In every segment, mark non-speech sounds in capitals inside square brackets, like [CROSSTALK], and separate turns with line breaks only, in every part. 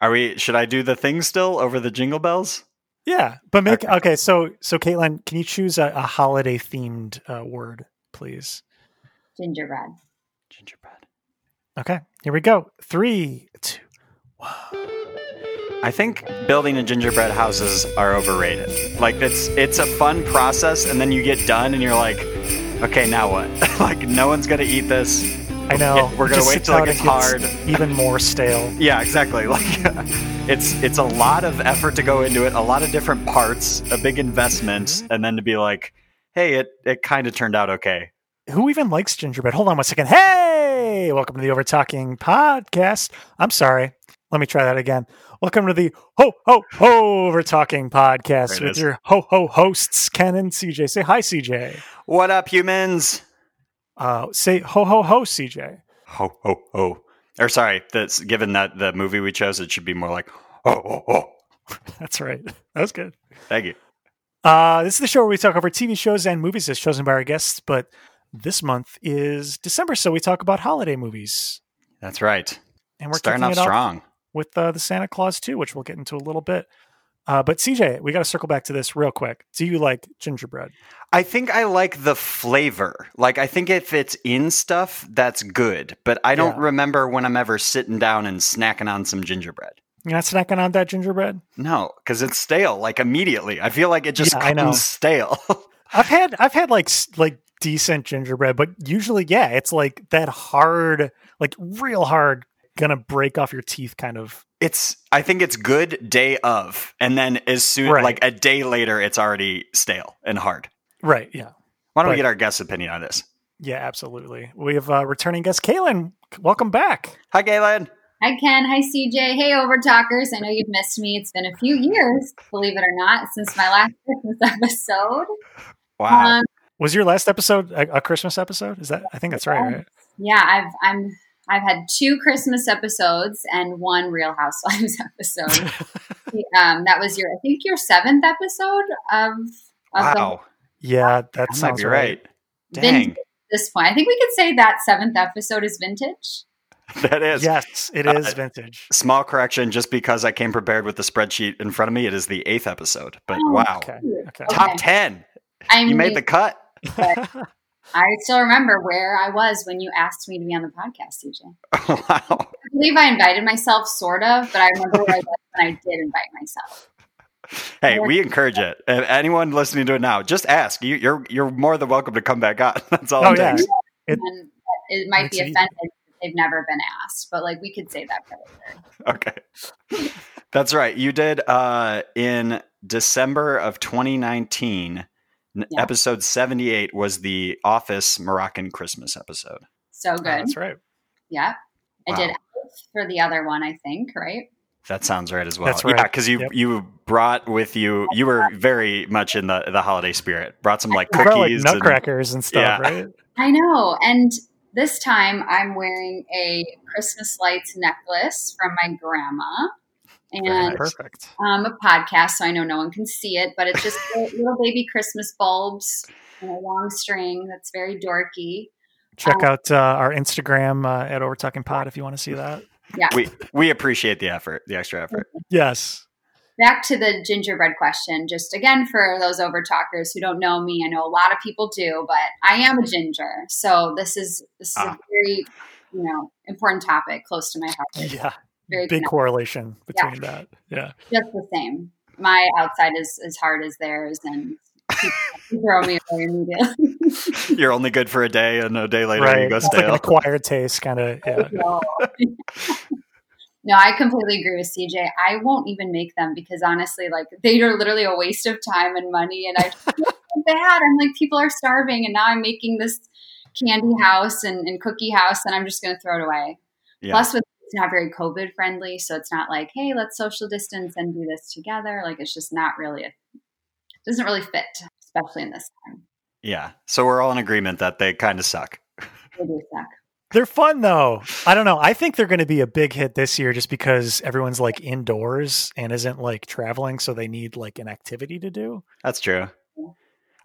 Are we? Should I do the thing still over the jingle bells?
Yeah, but make okay.
Okay.
so so Caitlin, can you choose a, a holiday themed uh, word, please?
Gingerbread.
Gingerbread.
Okay, here we go. Three, two.
I think building and gingerbread houses are overrated. Like it's it's a fun process, and then you get done, and you're like, okay, now what? [LAUGHS] like no one's gonna eat this.
I know
we're
it
gonna
just
wait
sits
till it
out
gets
and
hard.
even more stale.
Yeah, exactly. [LAUGHS] Like it's it's a lot of effort to go into it, a lot of different parts, a big investment,
Mm-hmm.
and then to be like, hey, it it kind of turned out okay.
Who even likes gingerbread? Hold on one second. Hey, welcome to the Over Talking Podcast. I'm sorry. Let me try that again. Welcome to the Ho Ho Ho Over Talking Podcast
There it
with
is.
your Ho Ho hosts, Ken and CJ. Say hi, CJ.
What up, humans?
Uh, say Ho Ho Ho, CJ.
Ho ho ho. Or sorry, that's given that the movie we chose, it should be more like ho ho ho.
[LAUGHS] That's right. That was good.
Thank you.
Uh, this is the show where we talk over TV shows and movies as chosen by our guests, but this month is December, so we talk about holiday movies.
That's right.
And we're
Starting
kicking
off
it off
strong.
with uh, the Santa Claus too, which we'll get into a little bit. Uh, but CJ, we got to circle back to this real quick. Do you like gingerbread?
I think I like the flavor. Like I think if it's in stuff, that's good. But I don't
Yeah.
remember when I'm ever sitting down and snacking on some gingerbread.
You're not snacking on that gingerbread.
No, because it's stale. Like immediately, I feel like it just
Yeah, I
comes
know.
stale. [LAUGHS]
I've had I've had like s- like decent gingerbread, but usually yeah, it's like that hard, like real hard, gonna break off your teeth kind of.
it's. I think it's good day of, and then as soon
Right.
like a day later, it's already stale and hard.
Right. Yeah.
Why don't
But-
we get our guest opinion on this?
Yeah. Absolutely. We have uh, returning guest Kaylin. Welcome back.
Hi, Galen.
Hi, Ken. Hi, CJ. Hey, Overtalkers. I know you've missed me. It's been a few years, believe it or not, since my last [LAUGHS] Christmas episode.
Wow.
Um,
Was your last episode a, a Christmas episode? Is that I think that's right, right?
yeah, I've I'm I've had two Christmas episodes and one Real Housewives [LAUGHS]
[LAUGHS]
episode. um, that was your I think your seventh episode of of the-
wow.
Yeah, that
That might
sounds
be right.
Vintage
Dang,
at this point. I think we could say that seventh episode is vintage.
[LAUGHS] that is.
Yes, it
Uh,
is vintage.
Small correction, just because I came prepared with the spreadsheet in front of me, it is the eighth episode. But
Oh,
wow,
Okay. Okay.
top
Okay.
ten!
I
You
mean,
made the cut. [LAUGHS]
I still remember where I was when you asked me to be on the podcast, CJ.
wow,
I believe I invited myself, sort of, but I remember where I was when I did invite myself.
Hey, we encourage it. And anyone listening to it now, just ask. You, you're you're more than welcome to come back on. [LAUGHS] That's all.
Oh
it
yeah.
takes.
It-
and it might be
That's it.
offended if they've never been asked, but like we could say that. For
Okay. That's right. You did uh, in December of 2019. n-
Yeah.
Episode 78 was the Office Moroccan Christmas episode.
So
Oh, [LAUGHS]
good.
that's right.
Yeah. I did
Wow.
Elf for the other one, I think, right?
That sounds right as well.
That's right.
Yeah, because you
Yep.
you brought with you. You were very much in the the holiday spirit. Brought some like
You brought, like
cookies. and-
nutcrackers and, stuff,
Yeah.
right?
I know. And this time I'm wearing a Christmas lights necklace from my grandma.
Very [LAUGHS]
And
nice.
Perfect.
um, a podcast, so I know no one can see it, but
[LAUGHS]
it's just little little baby Christmas bulbs and a long string that's very dorky.
Check out uh, our Instagram uh, at Over Talking Pod if you want to see that.
we we appreciate the effort, the extra
[LAUGHS]
effort.
Yes.
Back to the gingerbread question, just again for those over talkers who don't know me, I know a lot of people do, but I am a ginger, so this is this is
Ah.
a very you know important topic, close to my heart.
Yeah.
Very
Big
connected.
correlation between that. Yeah.
just the same. My outside is as hard as theirs, and people [LAUGHS] throw me away immediately.
You're only good for a day, and a day later you go
It's like an [LAUGHS]
stale.
acquired taste kind of. Yeah.
[LAUGHS] no, No, I completely agree with CJ. I won't even make them because honestly, like they are literally a waste of time and money. And I feel [LAUGHS] so bad. I'm like, people are starving, and now I'm making this candy house and, and cookie house, and I'm just going to throw it away.
Yeah.
Plus, with it's not very COVID friendly, so it's not like, hey, let's social distance and do this together. Like it's just not really, a, doesn't really fit, especially in this time.
Yeah. So we're all in agreement that they kind of suck.
They do suck.
They're fun though. I don't know. I think they're going to be a big hit this year just because everyone's like indoors and isn't like traveling. So they need like an activity to do.
That's true.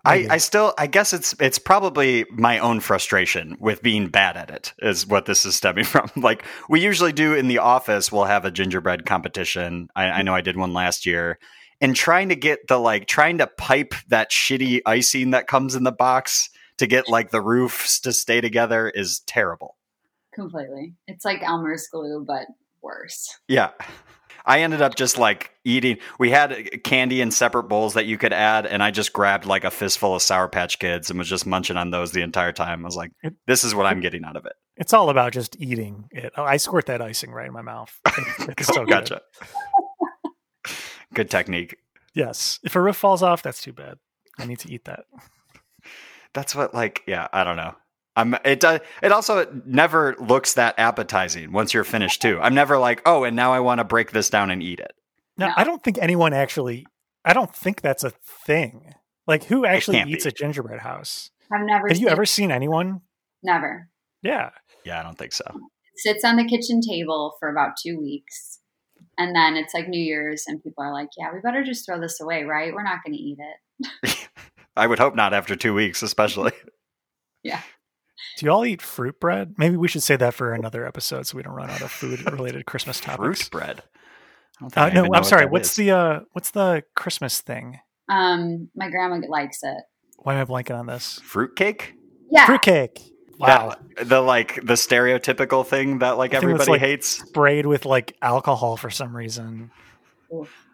I, I still I guess it's it's probably my own frustration with being bad at it is what this is stemming [LAUGHS] from. Like we usually do in the office, we'll have a gingerbread competition. I, I know I did one last year, and trying to get the like trying to pipe that shitty icing that comes in the box to get like the roofs to stay together is terrible.
completely. It's like Elmer's glue, but worse.
Yeah. I ended up just like eating. We had candy in separate bowls that you could add, and I just grabbed like a fistful of Sour Patch Kids and was just munching on those the entire time. I was like, this is what I'm getting out of it.
It's all about just eating it. Oh, I squirt that icing right in
[LAUGHS]
my mouth. It's, [LAUGHS] it's so good.
gotcha. Good technique.
Yes. If a roof falls off, that's too bad. I need to eat that.
That's what like yeah. I don't know. I'm it does. It also never looks that appetizing once you're finished too. I'm never like, oh, and now I want to break this down and eat it.
Now,
No.
I don't think anyone actually, I don't think that's a thing. Like, who actually
can't
eats
be.
a gingerbread house?
I've never.
Have you
seen-
ever seen anyone?
Never.
Yeah.
Yeah, I don't think so. [LAUGHS]
sits on the kitchen table for about two weeks. And then it's like New Year's, and people are like, yeah, we better just throw this away, right? We're not going to eat it.
I would hope not after two weeks, especially.
Do y'all eat fruit bread? Maybe we should say that for another episode so we don't run out of food
[LAUGHS]
related Christmas topics.
Fruit bread. I don't think
Uh,
I even
no,
know
I'm
what
sorry.
that
What's
is.
the uh what's the Christmas thing?
Um, my grandma likes it.
Why am I blanking on this?
fruitcake?
Yeah.
Fruitcake. Wow.
That- the like the stereotypical thing that like
The thing that's,
everybody
like-
hates.
Sprayed with like alcohol for some reason.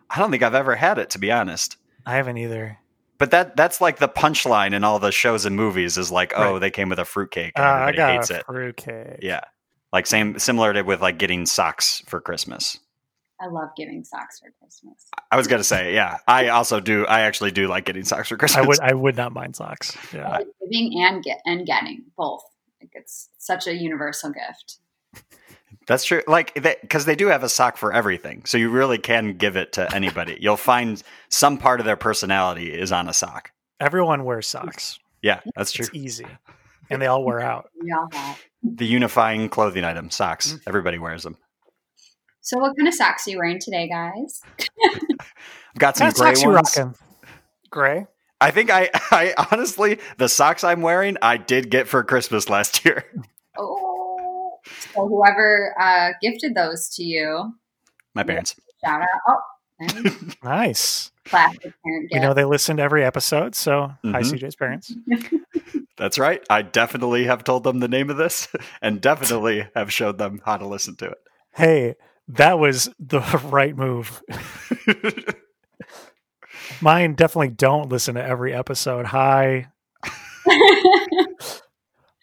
I don't think I've ever had it to be honest.
I haven't either.
But that that's like the punchline in all the shows and movies is like, oh,
Right.
they came with a fruitcake
Uh,
and
I
everybody
got
hates
a
it.
fruitcake.
Yeah. Like same similar to with like getting socks for Christmas.
I love giving socks for Christmas.
I was gonna say, yeah. I also do I actually do like getting socks for
I
Christmas. [LAUGHS]
would I would not mind socks. Yeah.
Uh,
Giving and get and getting both. Like it's such a universal gift.
That's true. Like, because they do have a sock for everything. So you really can give it to anybody. You'll find some part of their personality is on a sock.
Everyone wears socks.
Yeah, that's true.
It's easy. And they all wear out.
We all have.
The unifying clothing item, socks. Everybody wears them.
So, what kind of socks are you wearing today, guys?
I've got some
What
gray
Ah, socks you
ones.
rocking? Gray?
I think I, [LAUGHS] I honestly, the socks I'm wearing, I did get for Christmas last year. [LAUGHS]
Oh, so whoever uh, gifted those to you,
My parents.
shout out. Oh, nice.
Nice.
classic parent
[LAUGHS] We
gift.
know they listen to every episode, so hi
Mhm.
CJ's parents.
That's right. I definitely have told them the name of this [LAUGHS] and definitely have showed them how to listen to
Hey, that was the [LAUGHS] right move.
it.
Mine definitely don't listen to every episode. Hi.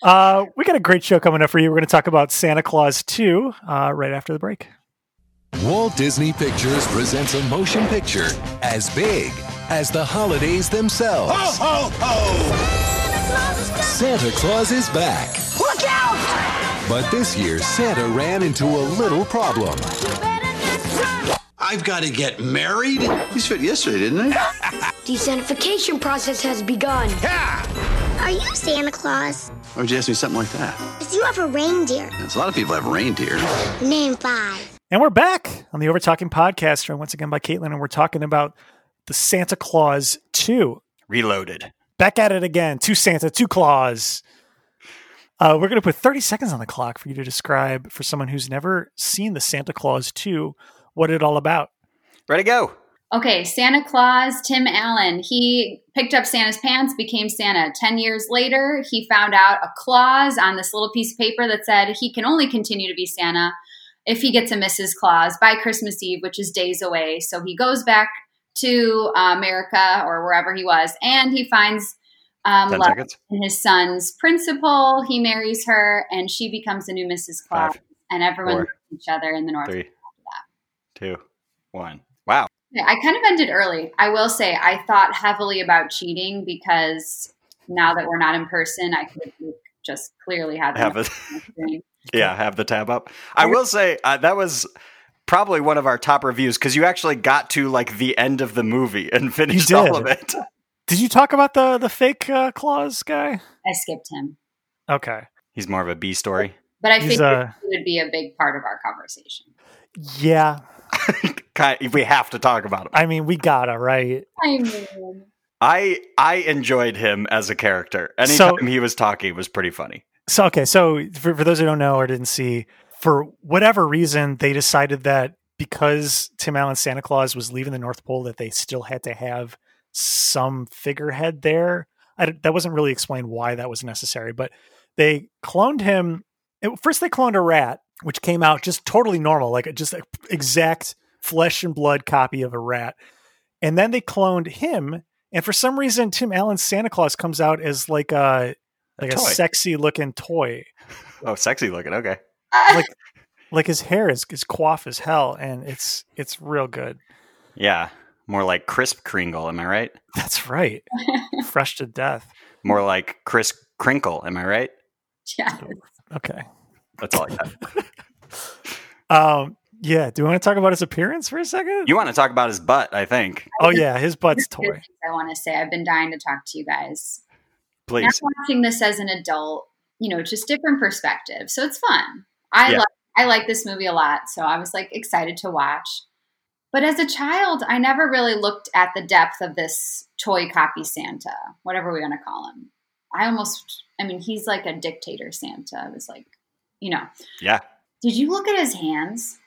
Uh, we got a great show coming up for you. We're going to talk about Santa Claus 2 uh, right after the break.
Walt Disney Pictures presents a motion picture as big as the holidays themselves. Santa Claus is back.
Look out!
But this year, Santa ran into a little problem.
I've got to get married? You said yesterday, didn't I?
The sanification process has begun.
Are you Santa Claus?
Or did you ask me something like that?
Because you have a reindeer.
Yes, a lot of people have reindeer.
Name five.
And we're back on the Over Talking podcast, joined once again by Caitlin, and we're talking about the Santa Claus 2.
Reloaded.
Back at it again. Two Santa, two Claus. Uh, we're going to put 30 seconds on the clock for you to describe, for someone who's never seen the Santa Claus 2, what it all about.
Ready, go.
Okay, Santa Claus, Tim Allen. He picked up Santa's pants, became Santa. 10 years later, he found out a clause on this little piece of paper that said he can only continue to be Santa if he gets a Mrs. Claus by Christmas Eve, which is days away. So he goes back to uh, America or wherever he was, and he finds um,
10
love
seconds.
in his son's principal. He marries her, and she becomes the new Mrs. Claus.
Five,
and everyone
four,
loves each other in the North.
three, two, one. Wow.
Yeah, I kind of ended early. I will say I thought heavily about cheating because now that we're not in person, I could just clearly had
Have
them.
a,
on the screen.
yeah, have the tab up. I will say uh, that was probably one of our top reviews because you actually got to like the end of the movie and finished
did.
all of it.
Did you talk about the, the fake uh, Claus guy?
I skipped him,
Okay.
He's more of a B [LAUGHS] story.
but I
He's,
figured
uh,
it would be a big part of our conversation.
Yeah.
Kind if we have to talk about him.
I mean, we gotta, right?
I mean,
I I enjoyed him as a character.
So-
Anytime he was talking was pretty funny.
So okay, so for, for those who don't know or didn't see, for whatever reason, they decided that because Tim Allen Santa Claus was leaving the North Pole, that they still had to have some figurehead there. I, don't- that wasn't really explained why that was necessary, but they cloned him. at First, they cloned a rat, which came out just totally normal, like just an exact flesh and blood copy of a rat. And then they cloned him, and for some reason, Tim Allen's Santa Claus comes out as like uh, a
A
like a
toy.
sexy looking toy.
Oh, sexy looking. Okay.
Like- Like his hair is is coif as hell, and it's it's real good. [LAUGHS]
Yeah. More like crisp Kringle, am I right?
That's
[LAUGHS]
right, fresh to death.
More like crisp crinkle, am I right?
[LAUGHS] yeah.
Okay,
That's all I got.
um, yeah. Do you want to talk about his appearance for a second?
you want to talk about his butt, I think.
oh yeah, his
[LAUGHS]
butt's
Two
toy.
things I want to say. I've been dying to talk to you guys. Now
Please.
watching this as an adult, you know, just different perspective. So it's fun. I
Yeah.
like I like this movie a lot, so I was like excited to watch. But as a child, I never really looked at the depth of this toy copy Santa, whatever we want to call him. I almost I mean, he's like a dictator Santa. I was like, you know,
Yeah.
did you look at his hands?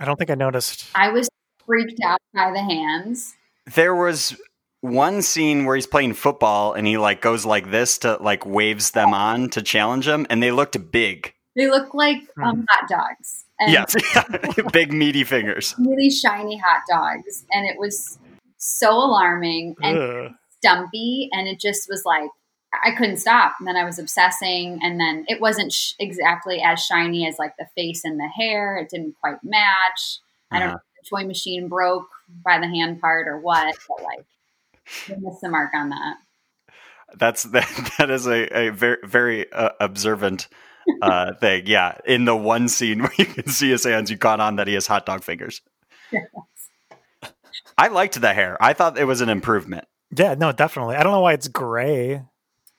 I don't think I noticed.
I was freaked out by the hands.
There was one scene where he's playing football and he like goes like this to like waves them on to challenge him and they looked big.
They look like um, hot dogs. And
Hmm. Yes. [LAUGHS] big meaty fingers.
really shiny hot dogs and it was so alarming and
Ugh.
dumpy and it just was like i couldn't stop and then i was obsessing and then it wasn't sh- exactly as shiny as like the face and the hair it didn't quite match i
Uh-huh.
don't know if the toy machine broke by the hand part or what but like we missed the mark on that
That's [LAUGHS] that. That is a, a very very uh, observant uh, thing. Yeah, in the one scene [LAUGHS] where you can see his hands, you caught on that he has hot dog fingers. I liked the hair. I thought it was an improvement.
Yeah, no, definitely. I don't know why it's gray.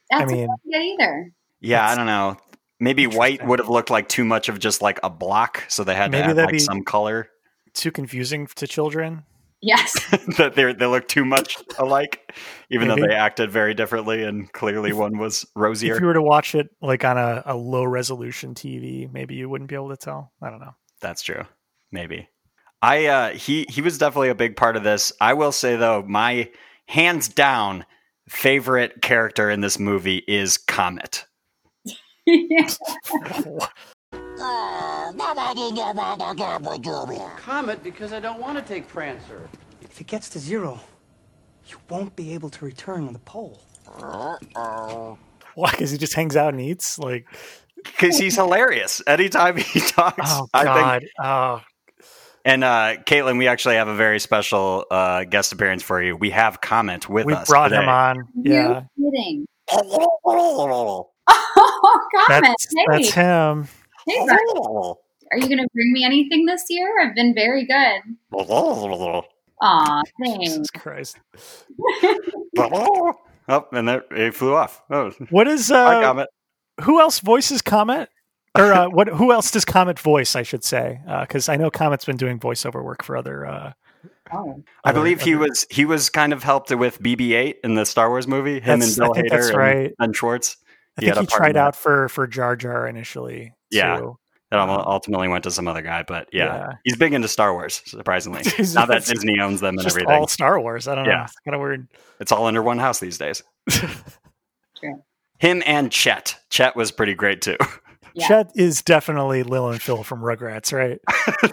that's
I mean-
not good either
Yeah, I
That's
don't know. Maybe white
interesting.
would have looked like too much of just like a block, so they had
Maybe
to add
that'd
like
be-
some color.
Too confusing to children.
yes
[LAUGHS]
[LAUGHS]
[LAUGHS] that they they look too much alike, even though
Maybe.
they acted very differently, and clearly one was
If you
rosier.
were to watch it like on a, a low resolution TV, maybe you wouldn't be able to tell. I don't know. [LAUGHS]
That's true. Maybe. I uh he he was definitely a big part of this. I will say though, my hands down favorite character in this movie is Comet.
Comet because I don't want to take Prancer.
If it gets to zero, you won't be able to return to the pole.
Why? Because he just hangs out and eats. Like,
Because he's hilarious. Anytime he [LAUGHS] talks,
oh
I think
god, oh
And uh, Caitlin, we actually have a very special uh, guest appearance for you. We have comment with
we
us.
brought
today.
him on. Yeah,
you kidding [LAUGHS] oh god
that's
hey,
that's him.
hey, Ryan, are you gonna bring me anything this year i've been very good
[LAUGHS]
Aw, thanks.
Jesus Christ.
Oh, and there, it flew off. Oh,
What is
hi,
uh?
Comet.
Who else voices Comet? Or uh, what? Who else does Comet voice? I should say, because I know Comet's been doing voiceover work for other. Uh,
Oh,
I
other-
believe he
other-
was he was kind of helped with BB-8 in the Star Wars movie. Him
That's-
and Bill
I think
Hader
that's
and
right.
Ben Schwartz.
I
he had
think
a
he
part in
tried
that.
out for for Jar Jar initially.
Yeah.
too.
That al- ultimately went to some other guy, but yeah,
Oh. Yeah.
he's big into Star Wars. Surprisingly,
[LAUGHS] He's-
now that Disney owns them and
just
everything,
all Star Wars. I don't know.
Yeah.
It's kind of weird.
it's all under one house these
[LAUGHS]
days.
True.
Him and Chet. Chet was pretty great too. [LAUGHS]
Yeah.
Chet is definitely Lil and Phil from
[LAUGHS]
Rugrats, right?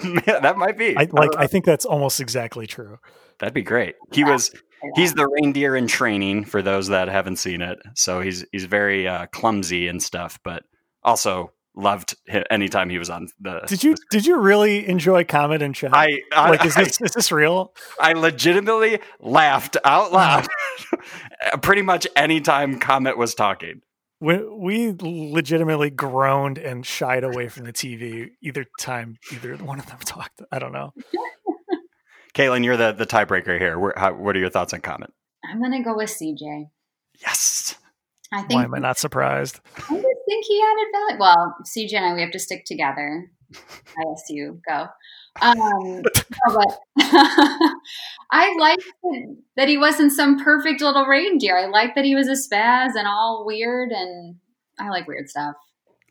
Man, that might be.
I
don't
like. I think that's almost exactly true.
That'd be great. He was he's the reindeer in training for those that haven't seen it. So he's he's very uh, clumsy and stuff, but also loved hi anytime he was on the.
Did you did you really enjoy Comet and Chet?
I I,
like is this is this real?
I, I legitimately laughed out loud [LAUGHS] pretty much anytime Comet was talking.
We, we legitimately groaned and shied away from the TV either time either one of them [LAUGHS] talked. I don't know.
Caitlin, you're the the tiebreaker here. Where, how, what are your thoughts on Comet?
I'm gonna go with CJ.
Yes.
I think
Why am I not surprised?
I just think he added value. Well, CJ and I, we have to stick together. ISU, go.
[LAUGHS]
Um, no, but [LAUGHS] I liked that- that he wasn't some perfect little reindeer. I liked that he was a spaz and all weird, and I like weird stuff.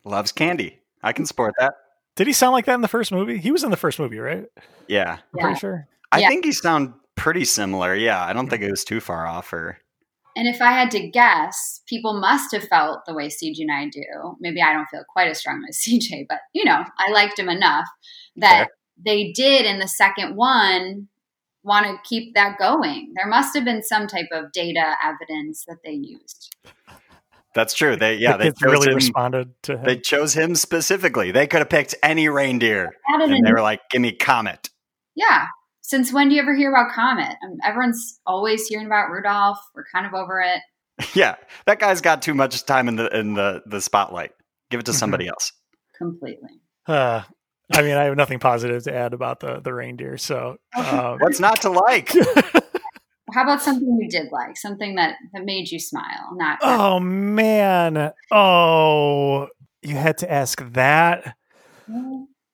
Loves candy. I can support that.
Did he sound like that in the first movie? He was in the first movie, right? I'm
Yeah.
Yeah.
pretty sure.
I
Yeah.
think he sound pretty similar. Yeah. I don't think it was too far off or
And if I had to guess, people must have felt the way CJ and I do. Maybe I don't feel quite as strongly as [LAUGHS] CJ, but you know, I liked him enough that
Fair.
they did in the second one want to keep that going. There must have been some type of data evidence that they used.
that's true. They yeah,
the
they
kids
chose
really
him,
responded to him.
They chose him specifically. They could have picked any reindeer.
Added
And
a-
they were like, Give me Comet. [LAUGHS]
yeah. Since when do you ever hear about Comet? Um, everyone's always hearing about Rudolph. We're kind of over it.
Yeah. That guy's got too much time in the in the, the spotlight. Give
Mm-hmm.
it to somebody else.
Completely.
Uh, I mean, I have nothing positive to add about the the reindeer. So, um,
What's not to
[LAUGHS]
like?
How about something you did like? Something that, that made you smile? Not
oh man, oh, you had to ask that.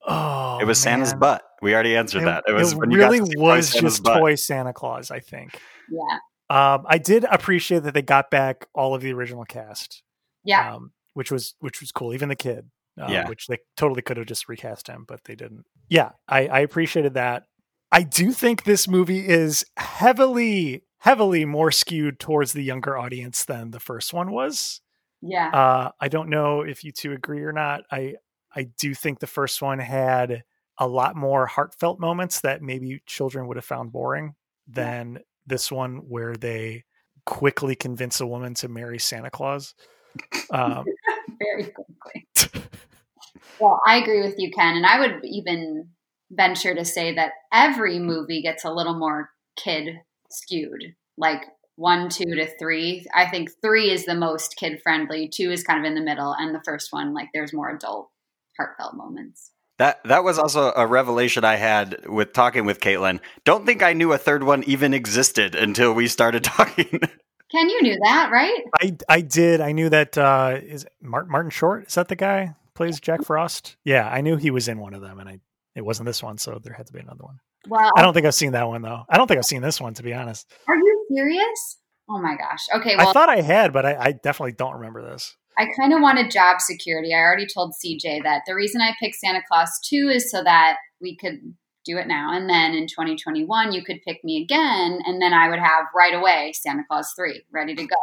Oh,
It was Santa's
man.
butt. We already answered
It-
that. It was
it
when you
really
got to see Toy
was
Santa's
just
butt.
toy Santa Claus. I think.
yeah.
Um, I did appreciate that they got back all of the original cast,
Yeah.
um, which was which was cool. Even the kid, uh,
Yeah.
which they totally could have just recast him, but they didn't. Yeah, I, I appreciated that. I do think this movie is heavily, heavily more skewed towards the younger audience than the first one was.
yeah.
Uh, I don't know if you two agree or not. I I do think the first one had a lot more heartfelt moments that maybe children would have found boring than this one where they quickly convince a woman to marry Santa Claus.
[LAUGHS]
Um,
very quickly. well, I agree with you, Ken, and I would even venture to say that every movie gets a little more kid skewed, like one, two to three. I think three is the most kid friendly. Two is kind of in the middle, and the first one, like, there's more adult heartfelt moments.
That that was also a revelation I had with talking with Caitlin. Don't think I knew a third one even existed until we started [LAUGHS] talking.
Ken, you knew that, right?
I I did. I knew that uh, is Martin Martin Short. Is that the guy plays
[LAUGHS]
Jack Frost? Yeah, I knew he was in one of them, and I it wasn't this one, so there had to be another one.
Well,
I don't think I've seen that one though. I don't think I've seen this one to be honest.
are you serious? Oh my gosh. Okay, well,
I thought I had, but I, I definitely don't remember this.
I kind of wanted job security. I already told CJ that the reason I picked Santa Claus 2 is so that we could do it now. And then in 2021, you could pick me again. And then I would have right away Santa Claus 3 ready to go.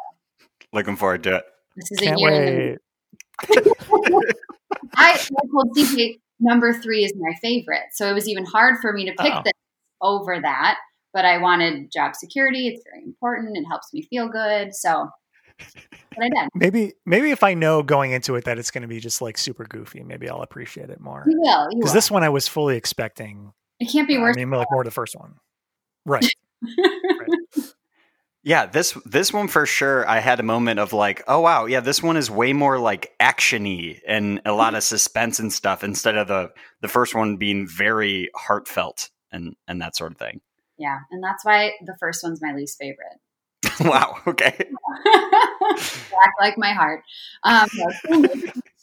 Looking forward to it.
This is
Can't
a year. in the making.
wait.
I, I told CJ number three is my favorite. So it was even hard for me to pick
Oh.
this over that. But I wanted job security. It's very important. It helps me feel good. So but I did.
Maybe maybe if I know going into it that it's going to be just like super goofy, maybe I'll appreciate it more.
You will. You will.
Because this one I was fully expecting.
it can't be
I
worse.
mean, like more the first one, right?
Yeah, this this one for sure. I had a moment of like, oh wow, yeah, this one is way more like actiony and a lot of suspense and stuff instead of the the first one being very heartfelt and and that sort of thing. [LAUGHS]
yeah. And that's why the first one's my least favorite.
wow. Okay.
[LAUGHS] Black like my heart. Um, no,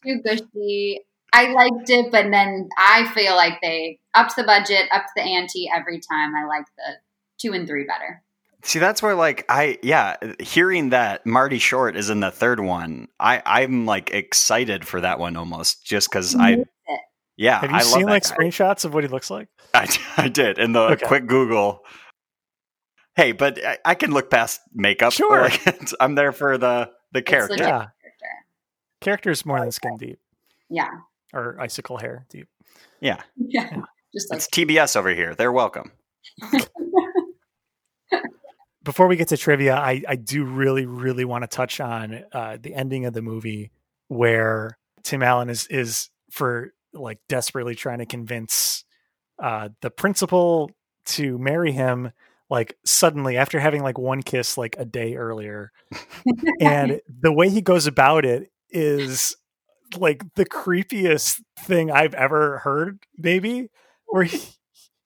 too gushy. I liked it, but then I feel like they upped the budget, upped the ante every time. I like the two and three better.
See, that's where like I yeah, hearing that Marty Short is in the third one, I I'm like excited for that one almost just because I yeah
Have you
I love
seen
that
like
guy.
screenshots of what he looks like?
[LAUGHS] I, I did in the
Okay.
quick Google. Hey, but I, I can look past makeup. [LAUGHS]
Sure.
Like, it's- I'm there for the the character.
legit.
Yeah, characters more than skin deep
Yeah.
or icicle hair deep.
Yeah,
Yeah. Just like
it's TBS over here. They're welcome.
before we get to trivia, I, I do really, really want to touch on uh, the ending of the movie where Tim Allen is is for like desperately trying to convince uh, the principal to marry him. Like suddenly, after having like one kiss like a day earlier, and the way he goes about it is like the creepiest thing I've ever heard. Maybe where he,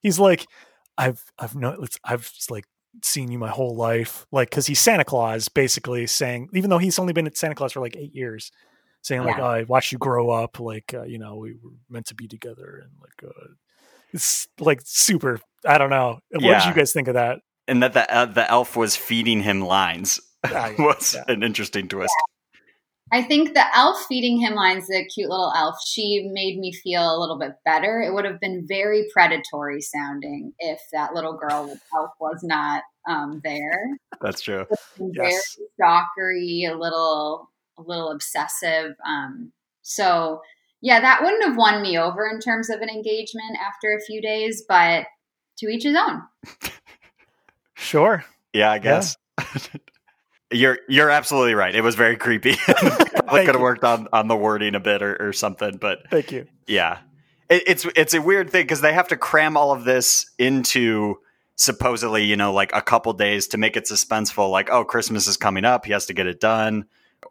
he's like, "I've I've no, it's, I've like." seen you my whole life like because he's santa claus basically saying even though he's only been at santa claus for like eight years saying like,
Yeah.
"Oh, "I watched you grow up," like uh, you know, we were meant to be together, and like uh, it's like super. I don't know. What did
Yeah.
you guys think of that?
and that the uh, the elf was feeding him lines
Ah, yeah,
[LAUGHS] was
yeah.
an interesting twist.
I think the elf feeding him lines, the cute little elf, she made me feel a little bit better. It would have been very predatory sounding if that little girl elf was not um, there.
That's true.
Yes.
very stalkery, a little a little obsessive. Um, so yeah, that wouldn't have won me over in terms of an engagement after a few days, but to each his own.
Sure.
Yeah, I guess. [LAUGHS] you're you're absolutely right. It was very
[LAUGHS]
creepy. [LAUGHS] Probably could have
you.
worked on on the wording a bit or, or something, but
Thank you.
yeah, it, it's it's a weird thing because they have to cram all of this into supposedly you know like a couple days to make it suspenseful. Like oh, Christmas is coming up. He has to get it done.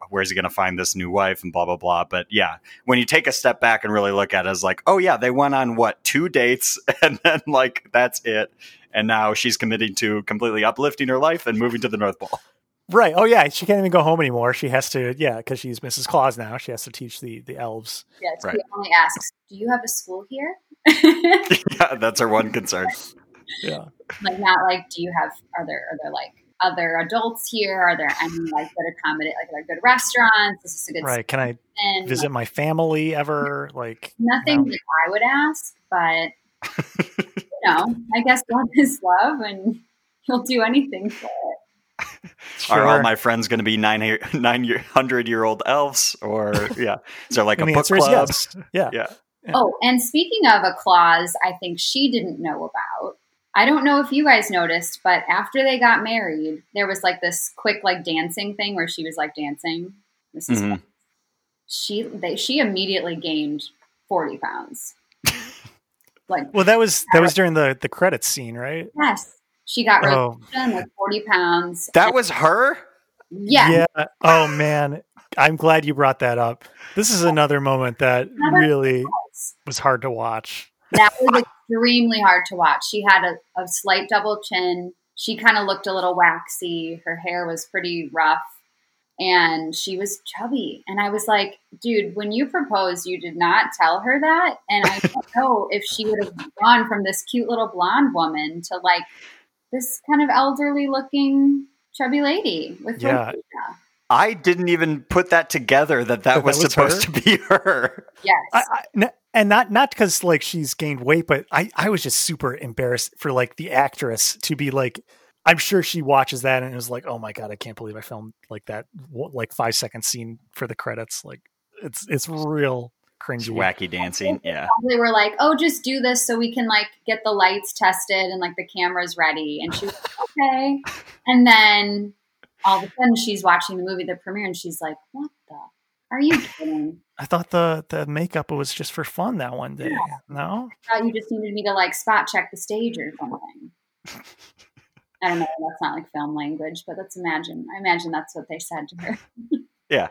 Where's he going to find this new wife and blah blah blah? But yeah, when you take a step back and really look at it, it's like oh yeah, they went on what two dates [LAUGHS] and then like that's it. And now she's committing to completely uplifting her life and moving to the North Pole. [LAUGHS]
Right. Oh yeah, she can't even go home anymore. She has to yeah, because she's Mrs. Claus now. She has to teach the the elves.
Yes,
Right.
he only asks, "Do you have a school here?" [LAUGHS]
yeah, that's her one concern.
Yeah.
like not like, "Do you have are there are there like other adults here? Are there any like that accommodate like are there good restaurants? Is this a good
Right. Can I
season?"
visit my family ever? Like
Like, nothing
No.
that I would ask,
[LAUGHS]
but you know, I guess [LAUGHS] God is love, and He'll do anything for it.
Are all
sure.
my friends going to be nine he- nine year- [LAUGHS] hundred year old elves? Or yeah, is there
[LAUGHS]
like
And
a
the
book
answer is
club?
yes. Yeah.
Yeah,
Oh, and speaking of a clause, I think she didn't know about. I don't know if you guys noticed, but after they got married, there was like this quick like dancing thing where she was like dancing. This
Mm-hmm.
is
Mhm.
she they she immediately gained
[LAUGHS]
forty pounds. like
Well, that was that was during the the credits scene, right?
yes, she got really
Oh.
thin, like forty pounds.
that was her.
Yeah,
Yeah. Oh man, I'm glad you brought that up. This is another moment that really was hard to watch.
that was extremely hard to watch. She had a, a slight double chin. She kind of looked a little waxy. Her hair was pretty rough and she was chubby. And I was like, dude, when you proposed, you did not tell her that. And I don't [LAUGHS] know if she would have gone from this cute little blonde woman to like this kind of elderly looking chubby lady with
Yeah.
tortilla.
I didn't even put that together that that,
that
was,
was
supposed
her?
to be [LAUGHS] her.
Yes.
I, I, n- and not not because like she's gained weight, but I I was just super embarrassed for like the actress to be like. I'm sure she watches that and is like, "Oh my god, I can't believe I filmed like that, w- like five second scene for the credits." Like, it's it's real
It's
cringy.
wacky dancing. Yeah,
They were like, "Oh, just do this so we can like get the lights tested and like the cameras ready." And she was like, [LAUGHS] "Okay." And then all of a sudden, she's watching the movie, the premiere, and she's like, "What the? Are you kidding?
I thought the the makeup was just for fun that one day. No,
I thought you just needed me to like spot check the stage or something." I don't know. That's not like film language, but let's imagine. I imagine that's what they said to her.
yeah,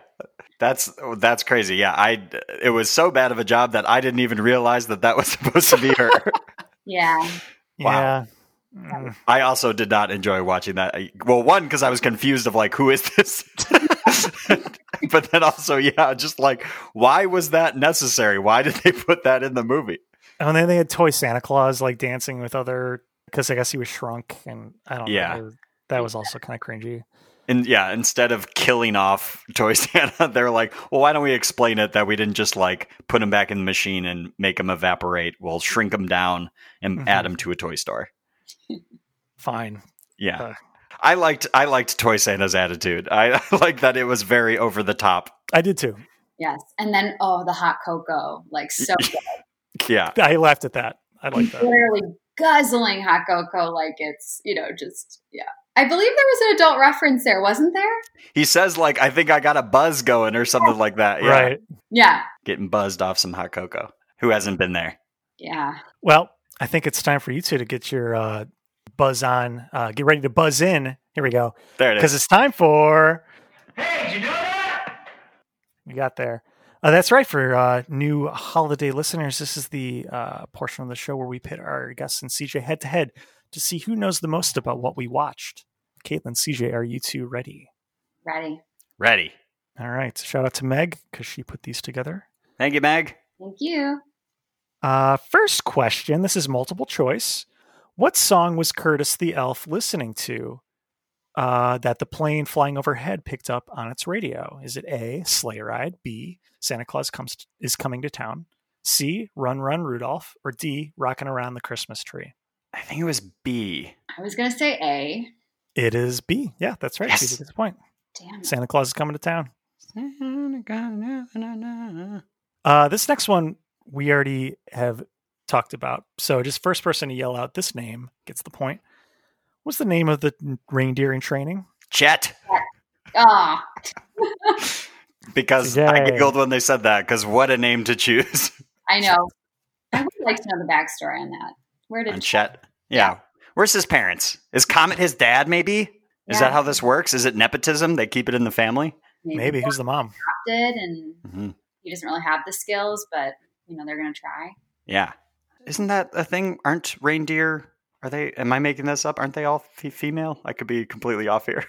that's that's crazy. Yeah, I it was so bad of a job that I didn't even realize that that was [LAUGHS] supposed to be her.
Yeah.
yeah,
Wow.
Mm.
I also did not enjoy watching that. I- Well, one because I was confused of like who is this, [LAUGHS] but then also yeah, just like why was that necessary? Why did they put that in the movie?
And then they had toy Santa Claus like dancing with other because I guess he was shrunk and I don't
Yeah.
know. they- That was also kind of cringy.
And yeah, instead of killing off Toy Santa, [LAUGHS] they're like, well, why don't we explain it that we didn't just like put him back in the machine and make him evaporate? We'll shrink him down and
Mhm.
add him to a toy store.
Fine.
Yeah,
Uh.
I liked I liked Toy Santa's attitude. I, [LAUGHS] I liked that it was very over the top.
I did too.
Yes. And then oh, the hot cocoa, like so
Yeah,
I laughed at that. I like that.
literally guzzling hot cocoa like it's you know just yeah i believe there was an adult reference there wasn't there
he says like, I think I got a buzz going or something like that. Yeah.
Right.
yeah
getting buzzed off some hot cocoa. Who hasn't been there?
yeah
Well, I think it's time for you two to get your uh, buzz on. Uh, get ready to buzz in. Here we go.
There it
Because
is.
it's time for. Hey, did you know that? We got there. Uh, that's right. For uh, new holiday listeners, this is the uh, portion of the show where we pit our guests and CJ head to head to see who knows the most about what we watched. Caitlin, CJ, are you two ready?
ready
Ready.
All right. Shout out to Meg because she put these together.
Thank you, Meg.
Thank you.
Uh, first question. This is multiple choice. What song was Curtis the elf listening to uh, that the plane flying overhead picked up on its radio? Is it A. Sleigh Ride? B. Santa Claus comes is coming to town. C. Run Run Rudolph or D. Rocking around the Christmas tree.
I think it was B.
I was going to say A.
It is B. Yeah, that's right.
Yes.
She did get the point.
Damn. it.
Santa Claus is coming to town. Uh, this next one we already have talked about. So just first person to yell out this name gets the point. What's the name of the reindeer in training?
Chet.
Ah,
Because I
Yay.
giggled when they said that, because what a name to choose.
I know. I would like to know the backstory on that. Where did
on Chet. Yeah. Where's his parents? Is Comet his dad, maybe? Is
Yeah.
that how this works? Is it nepotism? They keep it in the family?
Maybe who's the mom?
adopted and
Mhm.
he doesn't really have the skills, but you know they're going to try.
Yeah. Isn't that a thing? Aren't reindeer, are they, am I making this up? Aren't they all f- female? I could be completely off here. [LAUGHS]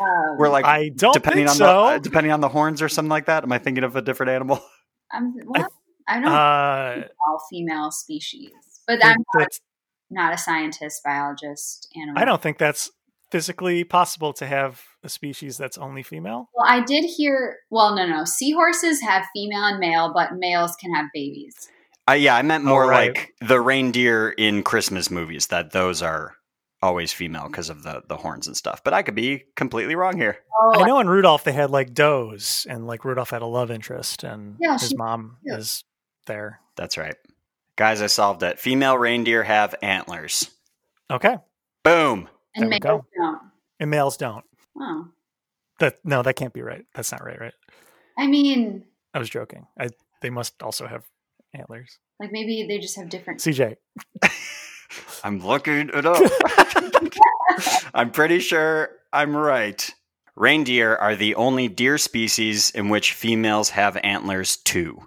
Um,
We're like,
I don't
depending
think
on the, uh,
so.
depending on the horns or something like that. Am I thinking of a different animal? [LAUGHS]
I'm, well, I don't
Uh,
think all female species, but I'm
think
not,
that's-
not a scientist, biologist, animal.
I don't think that's physically possible to have a species that's only female.
Well, I did hear. Well, no, no. Seahorses have female and male, but males can have babies.
Uh, yeah, I meant more
Oh, right.
like the reindeer in Christmas movies, that those are always female because of the, the horns and stuff. But I could be completely wrong here.
Oh,
I know in Rudolph they had like does, and like Rudolph had a love interest, and
Yeah,
his
she-
mom
yeah.
is there.
That's right. Guys, I solved it. Female reindeer have antlers.
Okay,
Boom.
and
there we
males
go.
don't.
and males don't.
Oh,
That no, that can't be right. That's not right. Right?
I mean,
I was joking. I they must also have antlers.
like maybe they just have different.
CJ,
I'm looking it up. [LAUGHS] I'm pretty sure I'm right. Reindeer are the only deer species in which females have antlers too.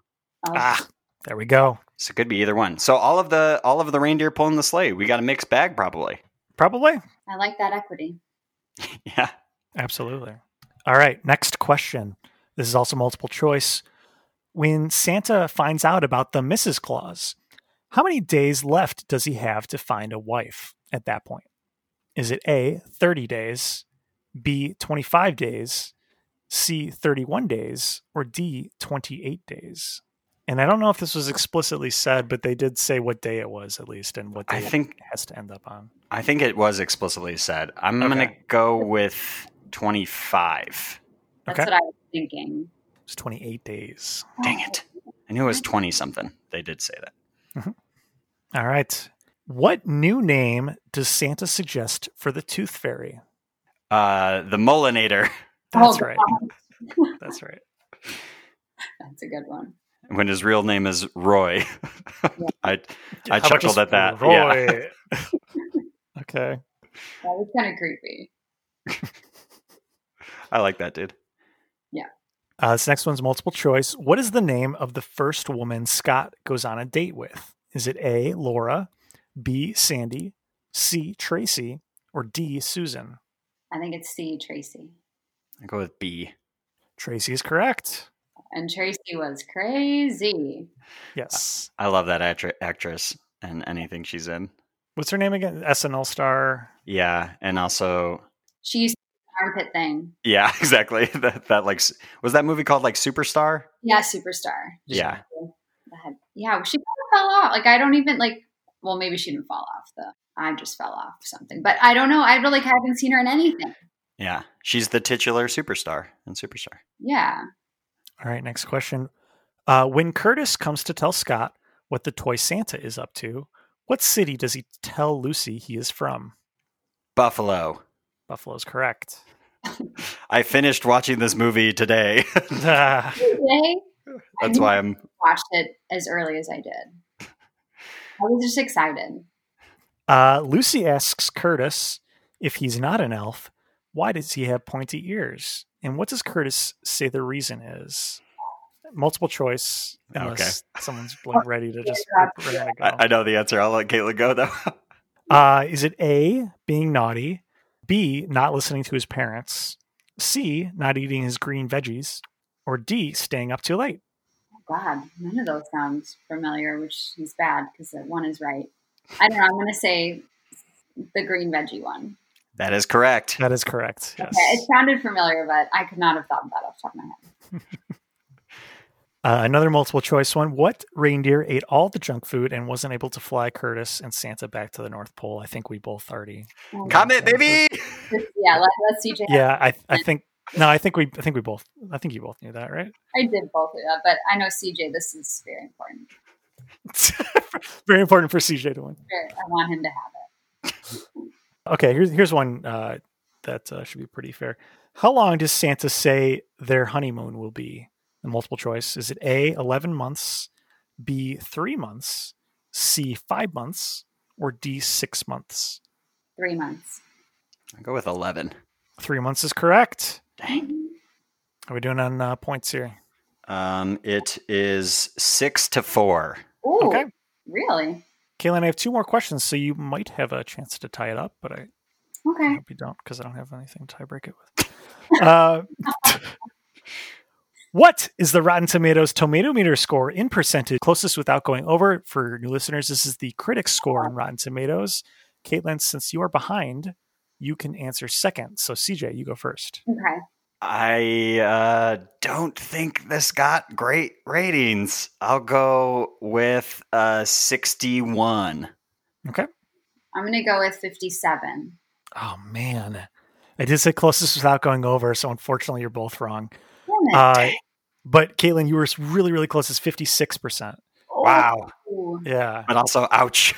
Oh,
ah, there we go.
So it could be either one. So all of the all of the reindeer pulling the sleigh. We got a mixed bag probably. [LAUGHS]
Probably.
I like that equity.
Yeah.
Absolutely. All right. Next question. This is also multiple choice. When Santa finds out about the Mrs. Claus, how many days left does he have to find a wife at that point? Is it A, 30 days, B, 25 days, C, 31 days, or D, 28 days? And I don't know if this was explicitly said, but they did say what day it was at least and what day
I think
it has to end up on.
I think it was explicitly said. I'm
Okay.
going to go with 25.
That's
Okay.
what I was thinking.
It's 28 days.
Dang it. I knew it was 20 something. They did say that.
All right. What new name does Santa suggest for the Tooth Fairy?
Uh, the Molinator.
That's
Oh,
right. [LAUGHS] That's right.
That's a good one.
[LAUGHS] when his real name is Roy. [LAUGHS] I I
How about
chuckled
just
at that. Yeah. [LAUGHS]
Roy? [LAUGHS] okay.
That was kind of creepy.
I like that dude.
Uh, this next one's multiple choice. What is the name of the first woman Scott goes on a date with? Is it A, Laura, B, Sandy, C, Tracy, or D, Susan?
I think it's C. Tracy,
I go with B.
Tracy is correct.
and Tracy was crazy.
Yes.
I love that actri- actress and anything she's in.
What's her name again? SNL star.
Yeah, and also
She used to do an armpit thing.
yeah, [LAUGHS] exactly. that that like s- was that movie called like Superstar?
Yeah, superstar.
Yeah.
God. Yeah, she kind of fell off. Like I don't even like. Well, maybe she didn't fall off. The I just fell off something, but I don't know. I really haven't seen her in anything.
Yeah. She's the titular superstar in Superstar.
Yeah.
All right, next question. Uh, when Curtis comes to tell Scott what the toy Santa is up to, what city does he tell Lucy he is from?
Buffalo.
Buffalo's correct. [LAUGHS]
I finished watching this movie today. [LAUGHS]
Ah,
Today,
That's why I'm
I watched it as early as I did. I was just excited.
uh, Lucy asks Curtis if he's not an elf, why does he have pointy ears? And what does Curtis say the reason is? Multiple choice. Unless someone's like ready
[LAUGHS]
to just rip right on
I, I
a
know the answer. I'll let Caitlin go though. [LAUGHS]
go. Uh, is it A, being naughty, B, not listening to his parents, C, not eating his green veggies, or D, staying up too late?
God, none of those sounds familiar, which is bad because that one is right. I don't know. I'm going to say the green veggie one.
That is correct.
That is correct. Yes.
Okay, it sounded familiar, but I could not have thought that off the top of my head.
Uh, another multiple choice one. What reindeer ate all the junk food and wasn't able to fly Curtis and Santa back to the North Pole? I think we both already.
Oh,
Comment, baby.
just- yeah, let, let's see. Jay.
Yeah, I I think no, I think we I think we both I think you both knew that, right? [LAUGHS]
I did both of that, but I know CJ. This is very important.
Very important for CJ to win.
Very- I want him to have it.
Okay, here's here's one uh, that uh, should be pretty fair. How long does Santa say their honeymoon will be? The multiple choice is it A eleven months, B three months, C five months, or D six months?
Three months.
I'll go with 11.
Three months is correct.
Dang.
Are we doing on uh, points here?
Um, it is six to four.
Ooh,
Okay.
really?
Kaylin, I have two more questions, so you might have a chance to tie it up, but I I
Okay.
hope you don't because I don't have anything to tie break it with. [LAUGHS] Uh, what is the Rotten Tomatoes tomato meter score in percentage? Closest without going over for new listeners, this is the critics score in Rotten Tomatoes. Caitlin, since you are behind, you can answer second. So CJ, you go first.
Okay.
I uh, don't think this got great ratings. I'll go with uh, 61.
Okay.
I'm going to go with 57.
Oh man, I did say closest without going over, so unfortunately you're both wrong.
Damn it.
Uh, but Caitlin, you were really, really close. It's fifty six percent.
Wow.
Ooh,
Yeah.
But also, ouch.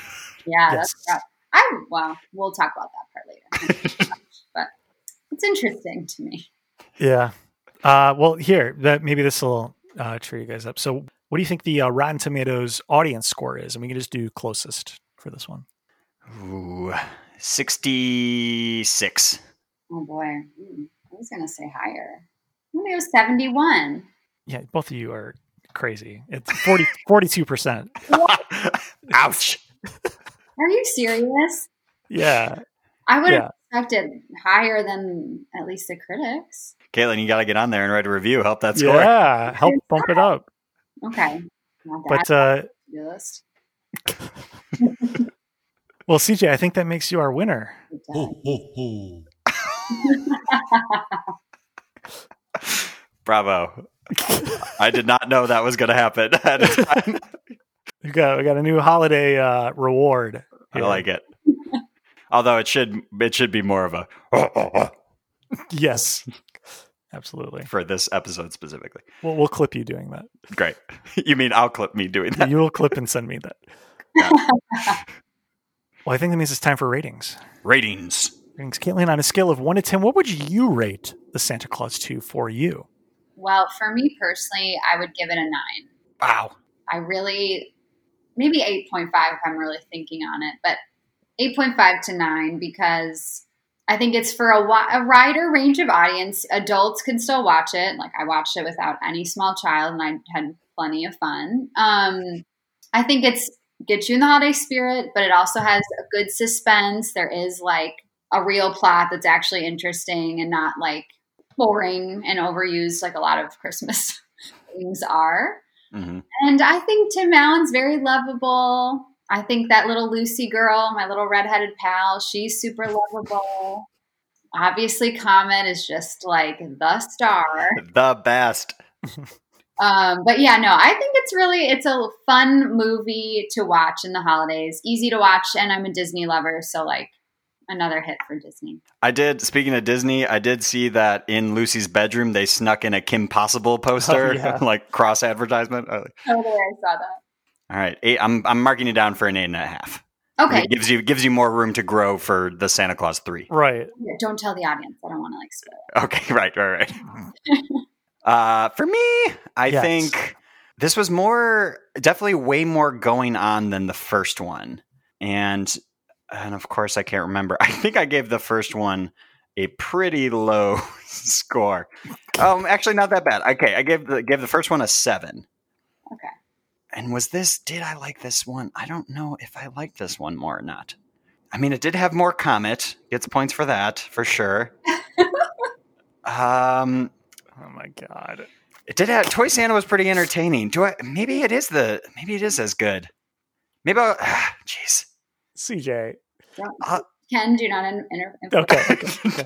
yeah,
Yes.
that's rough. I well, we'll talk about that part later. [LAUGHS] but it's interesting to me.
Yeah. Uh, well, here, that maybe this will uh, cheer you guys up. So, what do you think the uh, Rotten Tomatoes audience score is? And we can just do closest for this one.
Ooh, 66.
Oh boy, Mm, I was going to say higher. I'm going to go 71.
Yeah, both of you are crazy. It's [LAUGHS] 40, 42%.
[LAUGHS] ouch.
Are you serious?
Yeah.
I would
Yeah.
have expected higher than at least the critics.
Caitlin, you got to get on there and write a review. Help that score.
Yeah. Help bump it up.
Okay. Not that
But, uh,
realist.
well, CJ, I think that makes you our winner.
Bravo. I did not know that was going to happen. [LAUGHS] at a time.
We got, we got a new holiday uh, reward.
I
here.
like it. Although it should it should be more of a [LAUGHS]
Yes. Absolutely.
for this episode specifically.
We'll, we'll clip you doing that.
Great. [LAUGHS] You mean I'll clip me doing that?
You will clip and send me that. [LAUGHS] Well, I think that means it's time for ratings.
Ratings.
[LAUGHS] Ratings. Caitlin, on a scale of one to ten, what would you rate the Santa Claus to for you?
Well, for me personally, I would give it a nine.
Wow.
I really, maybe 8.5 if I'm really thinking on it, but 8.5 to 9 because I think it's for a, wi- a wider range of audience. Adults can still watch it. Like I watched it without any small child and I had plenty of fun. Um, I think it's gets you in the holiday spirit, but it also has a good suspense. There is like a real plot that's actually interesting and not like boring and overused like a lot of Christmas [LAUGHS] things are.
hmm
And I think Tim Allen's very lovable. I think that little Lucy girl, my little redheaded pal, she's super lovable. Obviously, Comet is just like the star.
The best.
Um, but yeah, no, I think it's really it's a fun movie to watch in the holidays. Easy to watch, and I'm a Disney lover, so like another hit for Disney.
I did. Speaking of Disney, I did see that in Lucy's bedroom they snuck in a Kim Possible poster,
yeah.
[LAUGHS] like cross advertisement. All
Totally, Oh, I saw that.
right, eight, I'm I'm marking it down for an eight and a half.
Okay,
It gives you gives you more room to grow for the Santa Claus three.
Right.
don't tell the audience. I don't want to like spoil. it.
Okay, [LAUGHS] right, right, right. uh, for me, I
Yes.
think this was more, definitely way more going on than the first one, and and of course I can't remember. [LAUGHS] I think I gave the first one a pretty low [LAUGHS] score. Um, actually, not that bad. Okay, I gave the gave the first one a seven.
Okay.
And was this? Did I like this one? I don't know if I like this one more or not. I mean, it did have more comet. Gets points for that for sure. Um,
Oh my god.
it did have Toy Santa was pretty entertaining. Do I? Maybe it is the. Maybe it is as good. Maybe. I'll, ah, Jeez.
CJ.
Don't-
Uh,
Ken, do not in- inter-
[LAUGHS]
Okay. okay, okay.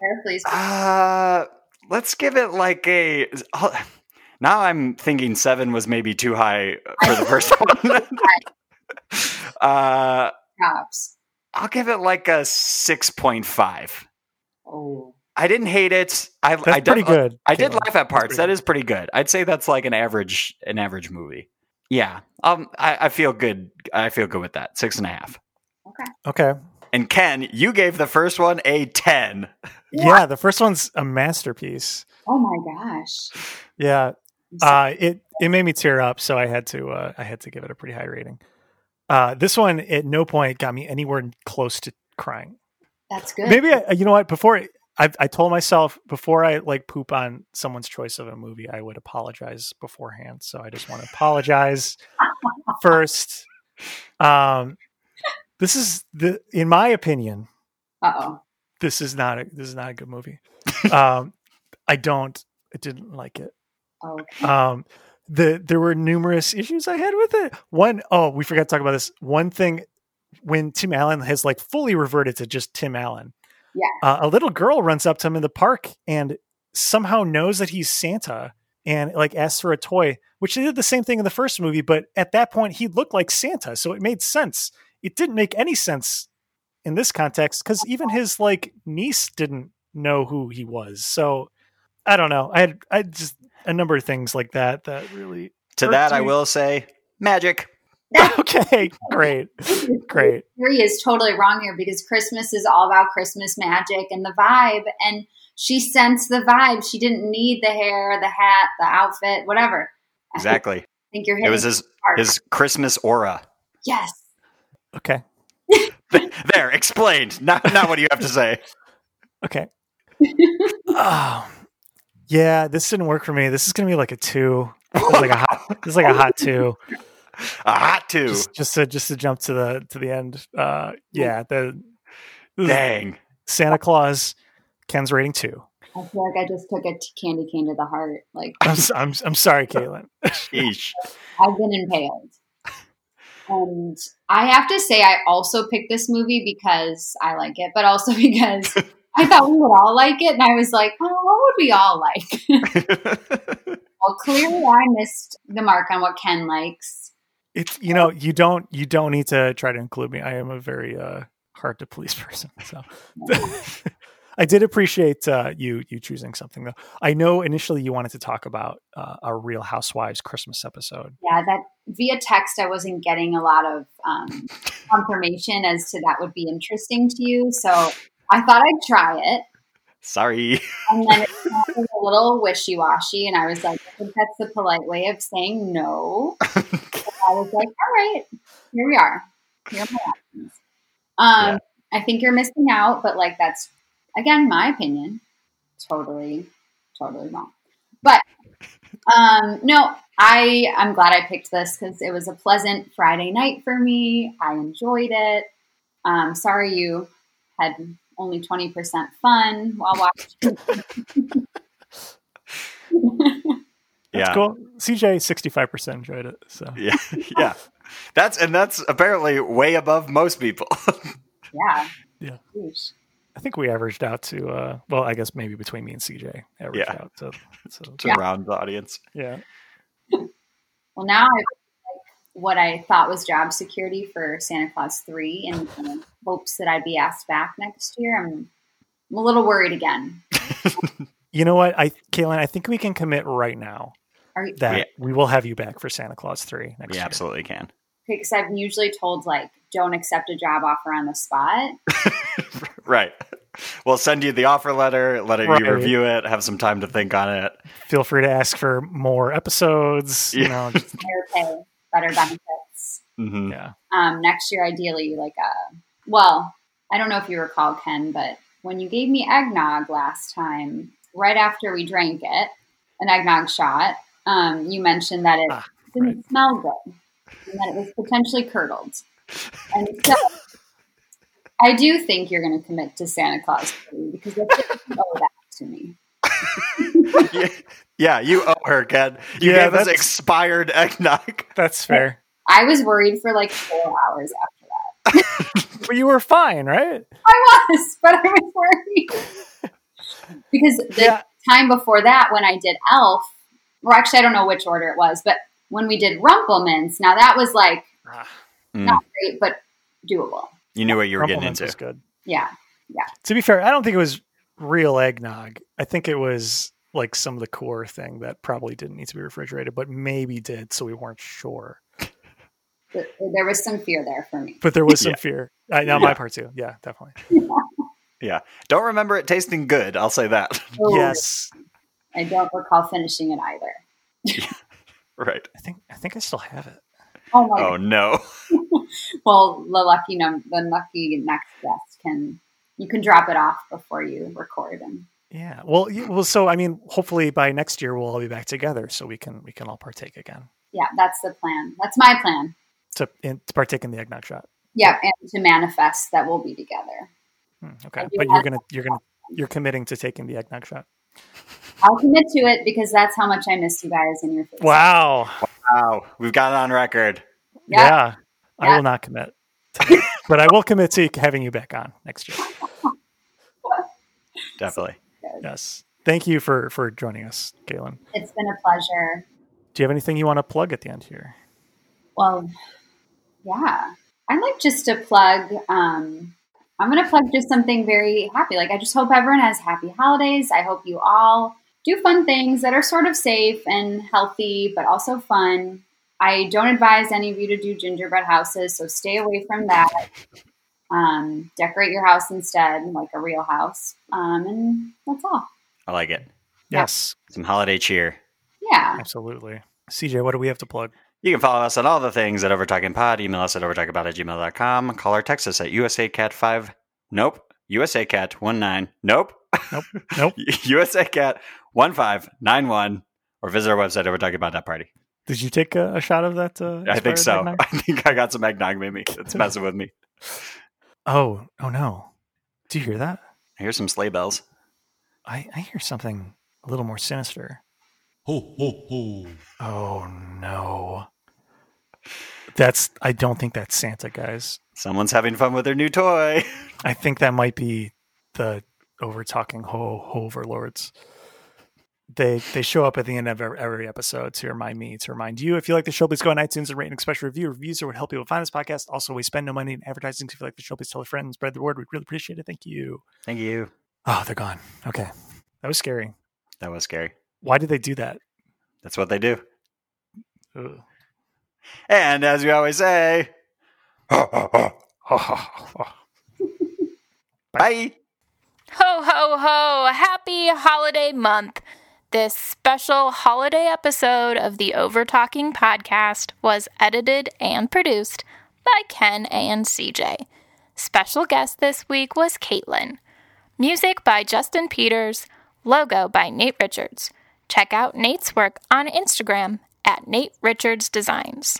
there, please.
Uh, let's give it like a. oh, Now I'm thinking seven was maybe too high for the first one. [LAUGHS] uh,
Props.
I'll give it like a six point five.
Oh,
I didn't hate it. I,
That's
I
pretty
def-
good.
I did
Caitlin.
laugh at parts.
pretty
That
good.
is pretty good. I'd say that's like an average, an average movie. Yeah. Um. I, I feel good. I feel good with that. Six and a half.
Okay.
And Ken, you gave the first one a ten.
Yeah, the first one's a masterpiece.
oh my gosh.
Yeah.
I'm so-
Uh, it it made me tear up, so I had to uh, I had to give it a pretty high rating. Uh, this one at no point got me anywhere close to crying.
that's good.
Maybe I, you know what? Before I I told myself before I like poop on someone's choice of a movie, I would apologize beforehand. So I just want to apologize first. Um, this is the in my opinion
Uh oh.
this is not a this is not a good movie. um, I don't I didn't like it.
Oh, Okay.
Um, the there were numerous issues I had with it. One oh we forgot to talk about this. One thing when Tim Allen has like fully reverted to just Tim Allen.
Yeah.
Uh, a little girl runs up to him in the park and somehow knows that he's Santa and like asks for a toy, which they did the same thing in the first movie, but at that point he looked like Santa, so it made sense. It didn't make any sense in this context because even his like niece didn't know who he was. So I don't know. I had I just a number of things like that that really
To
Or
that, I
two.
will say magic.
[LAUGHS] okay [LAUGHS] great great
Theory is totally wrong here because Christmas is all about Christmas magic and the vibe. And she sensed the vibe. She didn't need the hair, the hat, the outfit, whatever. I think-
Exactly.
I think you're
It
hitting
was his
hard.
his Christmas aura.
yes.
okay
There, explained. Now, now what do you have to say?
[LAUGHS] okay oh yeah this didn't work for me this is gonna be like a two this is like a [LAUGHS] hot this is like a hot two
A hot two.
just just to just to jump to the to the end uh yeah the this is
Dang.
santa claus ken's rating two
I feel like I just took a t- candy cane to the heart. Like
i'm, s- I'm, I'm sorry caitlin
Sheesh.
I've been impaled. And I have to say, I also picked this movie because I like it, but also [LAUGHS] because I thought we would all like it. And I was like, oh, what would we all like? well, clearly I missed the mark on what Ken likes.
it's you know you don't you don't need to try to include me i am a very uh hard to please [LAUGHS] person so i did appreciate uh you you choosing something though i know initially you wanted to talk about uh, a real housewives christmas episode
Yeah, that via text, I wasn't getting a lot of um, confirmation as to that would be interesting to you. So I thought I'd try it.
Sorry.
And then it was a little wishy washy. And I was like, I think that's the polite way of saying no. So I was like, all right, here we are. Here are my options. Um, I think you're missing out, but like, that's, again, my opinion. Totally, totally wrong. But um, no, I, I'm glad I picked this because it was a pleasant Friday night for me. I enjoyed it. Um, sorry you had only 20% fun while watching.
That's
Yeah.
cool cj 65% enjoyed it so
Yeah. [LAUGHS] Yeah. That's and that's apparently way above most people. [LAUGHS]
Yeah.
Yeah.
Sheesh.
i think we averaged out to uh well i guess maybe between me and cj averaged
Yeah.
out to, so
to round the audience.
yeah
Well, now I like what I thought was job security for Santa Claus 3 in in hopes that I'd be asked back next year. I'm, I'm a little worried again.
you know what i caitlin i think we can commit right now
Are you,
that
Yeah.
we will have you back for santa claus 3 next
We
year
absolutely can.
because I've usually told, like, don't accept a job offer on the spot.
Right. [LAUGHS] We'll send you the offer letter, let it,
Right.
you review it, have some time to think on it.
feel free to ask for more episodes. You
Yeah.
know,
[LAUGHS]
just,
Higher pay, better benefits.
hmm
yeah.
Um, next year, ideally, like a, well, I don't know if you recall, Ken, but when you gave me eggnog last time, right after we drank it, an eggnog shot, um, you mentioned that it
Ah,
didn't
right.
smell good and that it was potentially curdled. And so I do think you're going to commit to Santa Claus because I think you owe that. to me.
yeah, yeah, you owe her, Ken. You
Yeah,
gave us
that's-
expired eggnog.
That's fair.
I was worried for like four hours after that.
But you were fine, right?
I was, [LAUGHS] but I was worried
[LAUGHS]
because the
Yeah.
time before that, when I did Elf, or actually I don't know which order it was, but when we did Rumplemans, now that was like not great, but doable.
You knew what Ah, you were getting
Rumplemans
into.
was good.
Yeah,
To be fair, I don't think it was real eggnog. I think it was like some of the core thing that probably didn't need to be refrigerated, but maybe did, so we weren't sure.
Th- there was some fear there for me.
But there was some
Yeah.
fear. I now my
Yeah.
part too. Yeah, definitely.
Yeah. [LAUGHS] Don't remember it tasting good. I'll say that. [LAUGHS]
So
Yes.
I don't recall finishing it either.
right.
I think I think I still have it.
Oh my!
Oh, no.
Well, the lucky num- the lucky next guest can you can drop it off before you record and
Yeah. Well, you, well so I mean, hopefully by next year we'll all be back together so we can we can all partake again.
yeah, that's the plan. That's my plan.
To, in, to partake in the eggnog shot.
Yeah, and to manifest that we'll be together.
Hmm, okay.
do
But
have-
you're going to you're going to you're committing to taking the eggnog shot.
I'll commit to it because that's how much I miss you guys and your face.
Wow.
Wow. We've got it on record.
Yeah.
Yeah. I
Yeah.
will not commit. to that. but I will commit to having you back on next year.
Definitely.
Yes. Thank you for for joining us, Galen.
It's been a pleasure.
Do you have anything you want to plug at the end here?
Well, yeah. I'd like just to plug, um, I'm going to plug just something very happy. Like, I just hope everyone has happy holidays. I hope you all do fun things that are sort of safe and healthy, but also fun. I don't advise any of you to do gingerbread houses, so stay away from that. Um, decorate your house instead, like a real house. Um, and that's all.
I like it.
Yeah.
Yes.
Some holiday cheer.
Yeah.
Absolutely. CJ, what do we have to plug?
You can follow us on all the things at Overtalking Pod. Email us at overtalkingpod at gmail.com. Call or text us at USACAT5. Nope. USACAT19. Nope.
Nope.
[LAUGHS]
Nope.
USACAT1591. Or visit our website, overtalkingpod.party.
Did you take a, a shot of that? Uh,
I think
expired
so.
eggnog?
[LAUGHS] I think I got some eggnog maybe. It's messing with me.
Oh, oh no. Do you hear that?
I hear some sleigh bells.
I, I hear something a little more sinister. Oh no. That's I don't think that's Santa, guys.
Someone's having fun with their new toy. [LAUGHS]
I think that might be the over talking ho overlords. They they show up at the end of every- every episode to remind me to remind you. If you like the show, please go on iTunes and rate and special review. Reviews are what help people find this podcast. Also, we spend no money in advertising. So if you like the show, please tell a friend and spread the word. We'd really appreciate it. Thank you.
Thank you.
Oh, they're gone. Okay, that was scary.
That was scary.
Why did they do that?
That's what they do.
Ugh.
And as we always say, [LAUGHS] bye.
Ho, ho, ho! Happy holiday month! This special holiday episode of the Over Talking podcast was edited and produced by Ken and CJ. Special guest this week was Caitlin. Music by Justin Peters, logo by Nate Richards. Check out Nate's work on Instagram at Nate Richards Designs.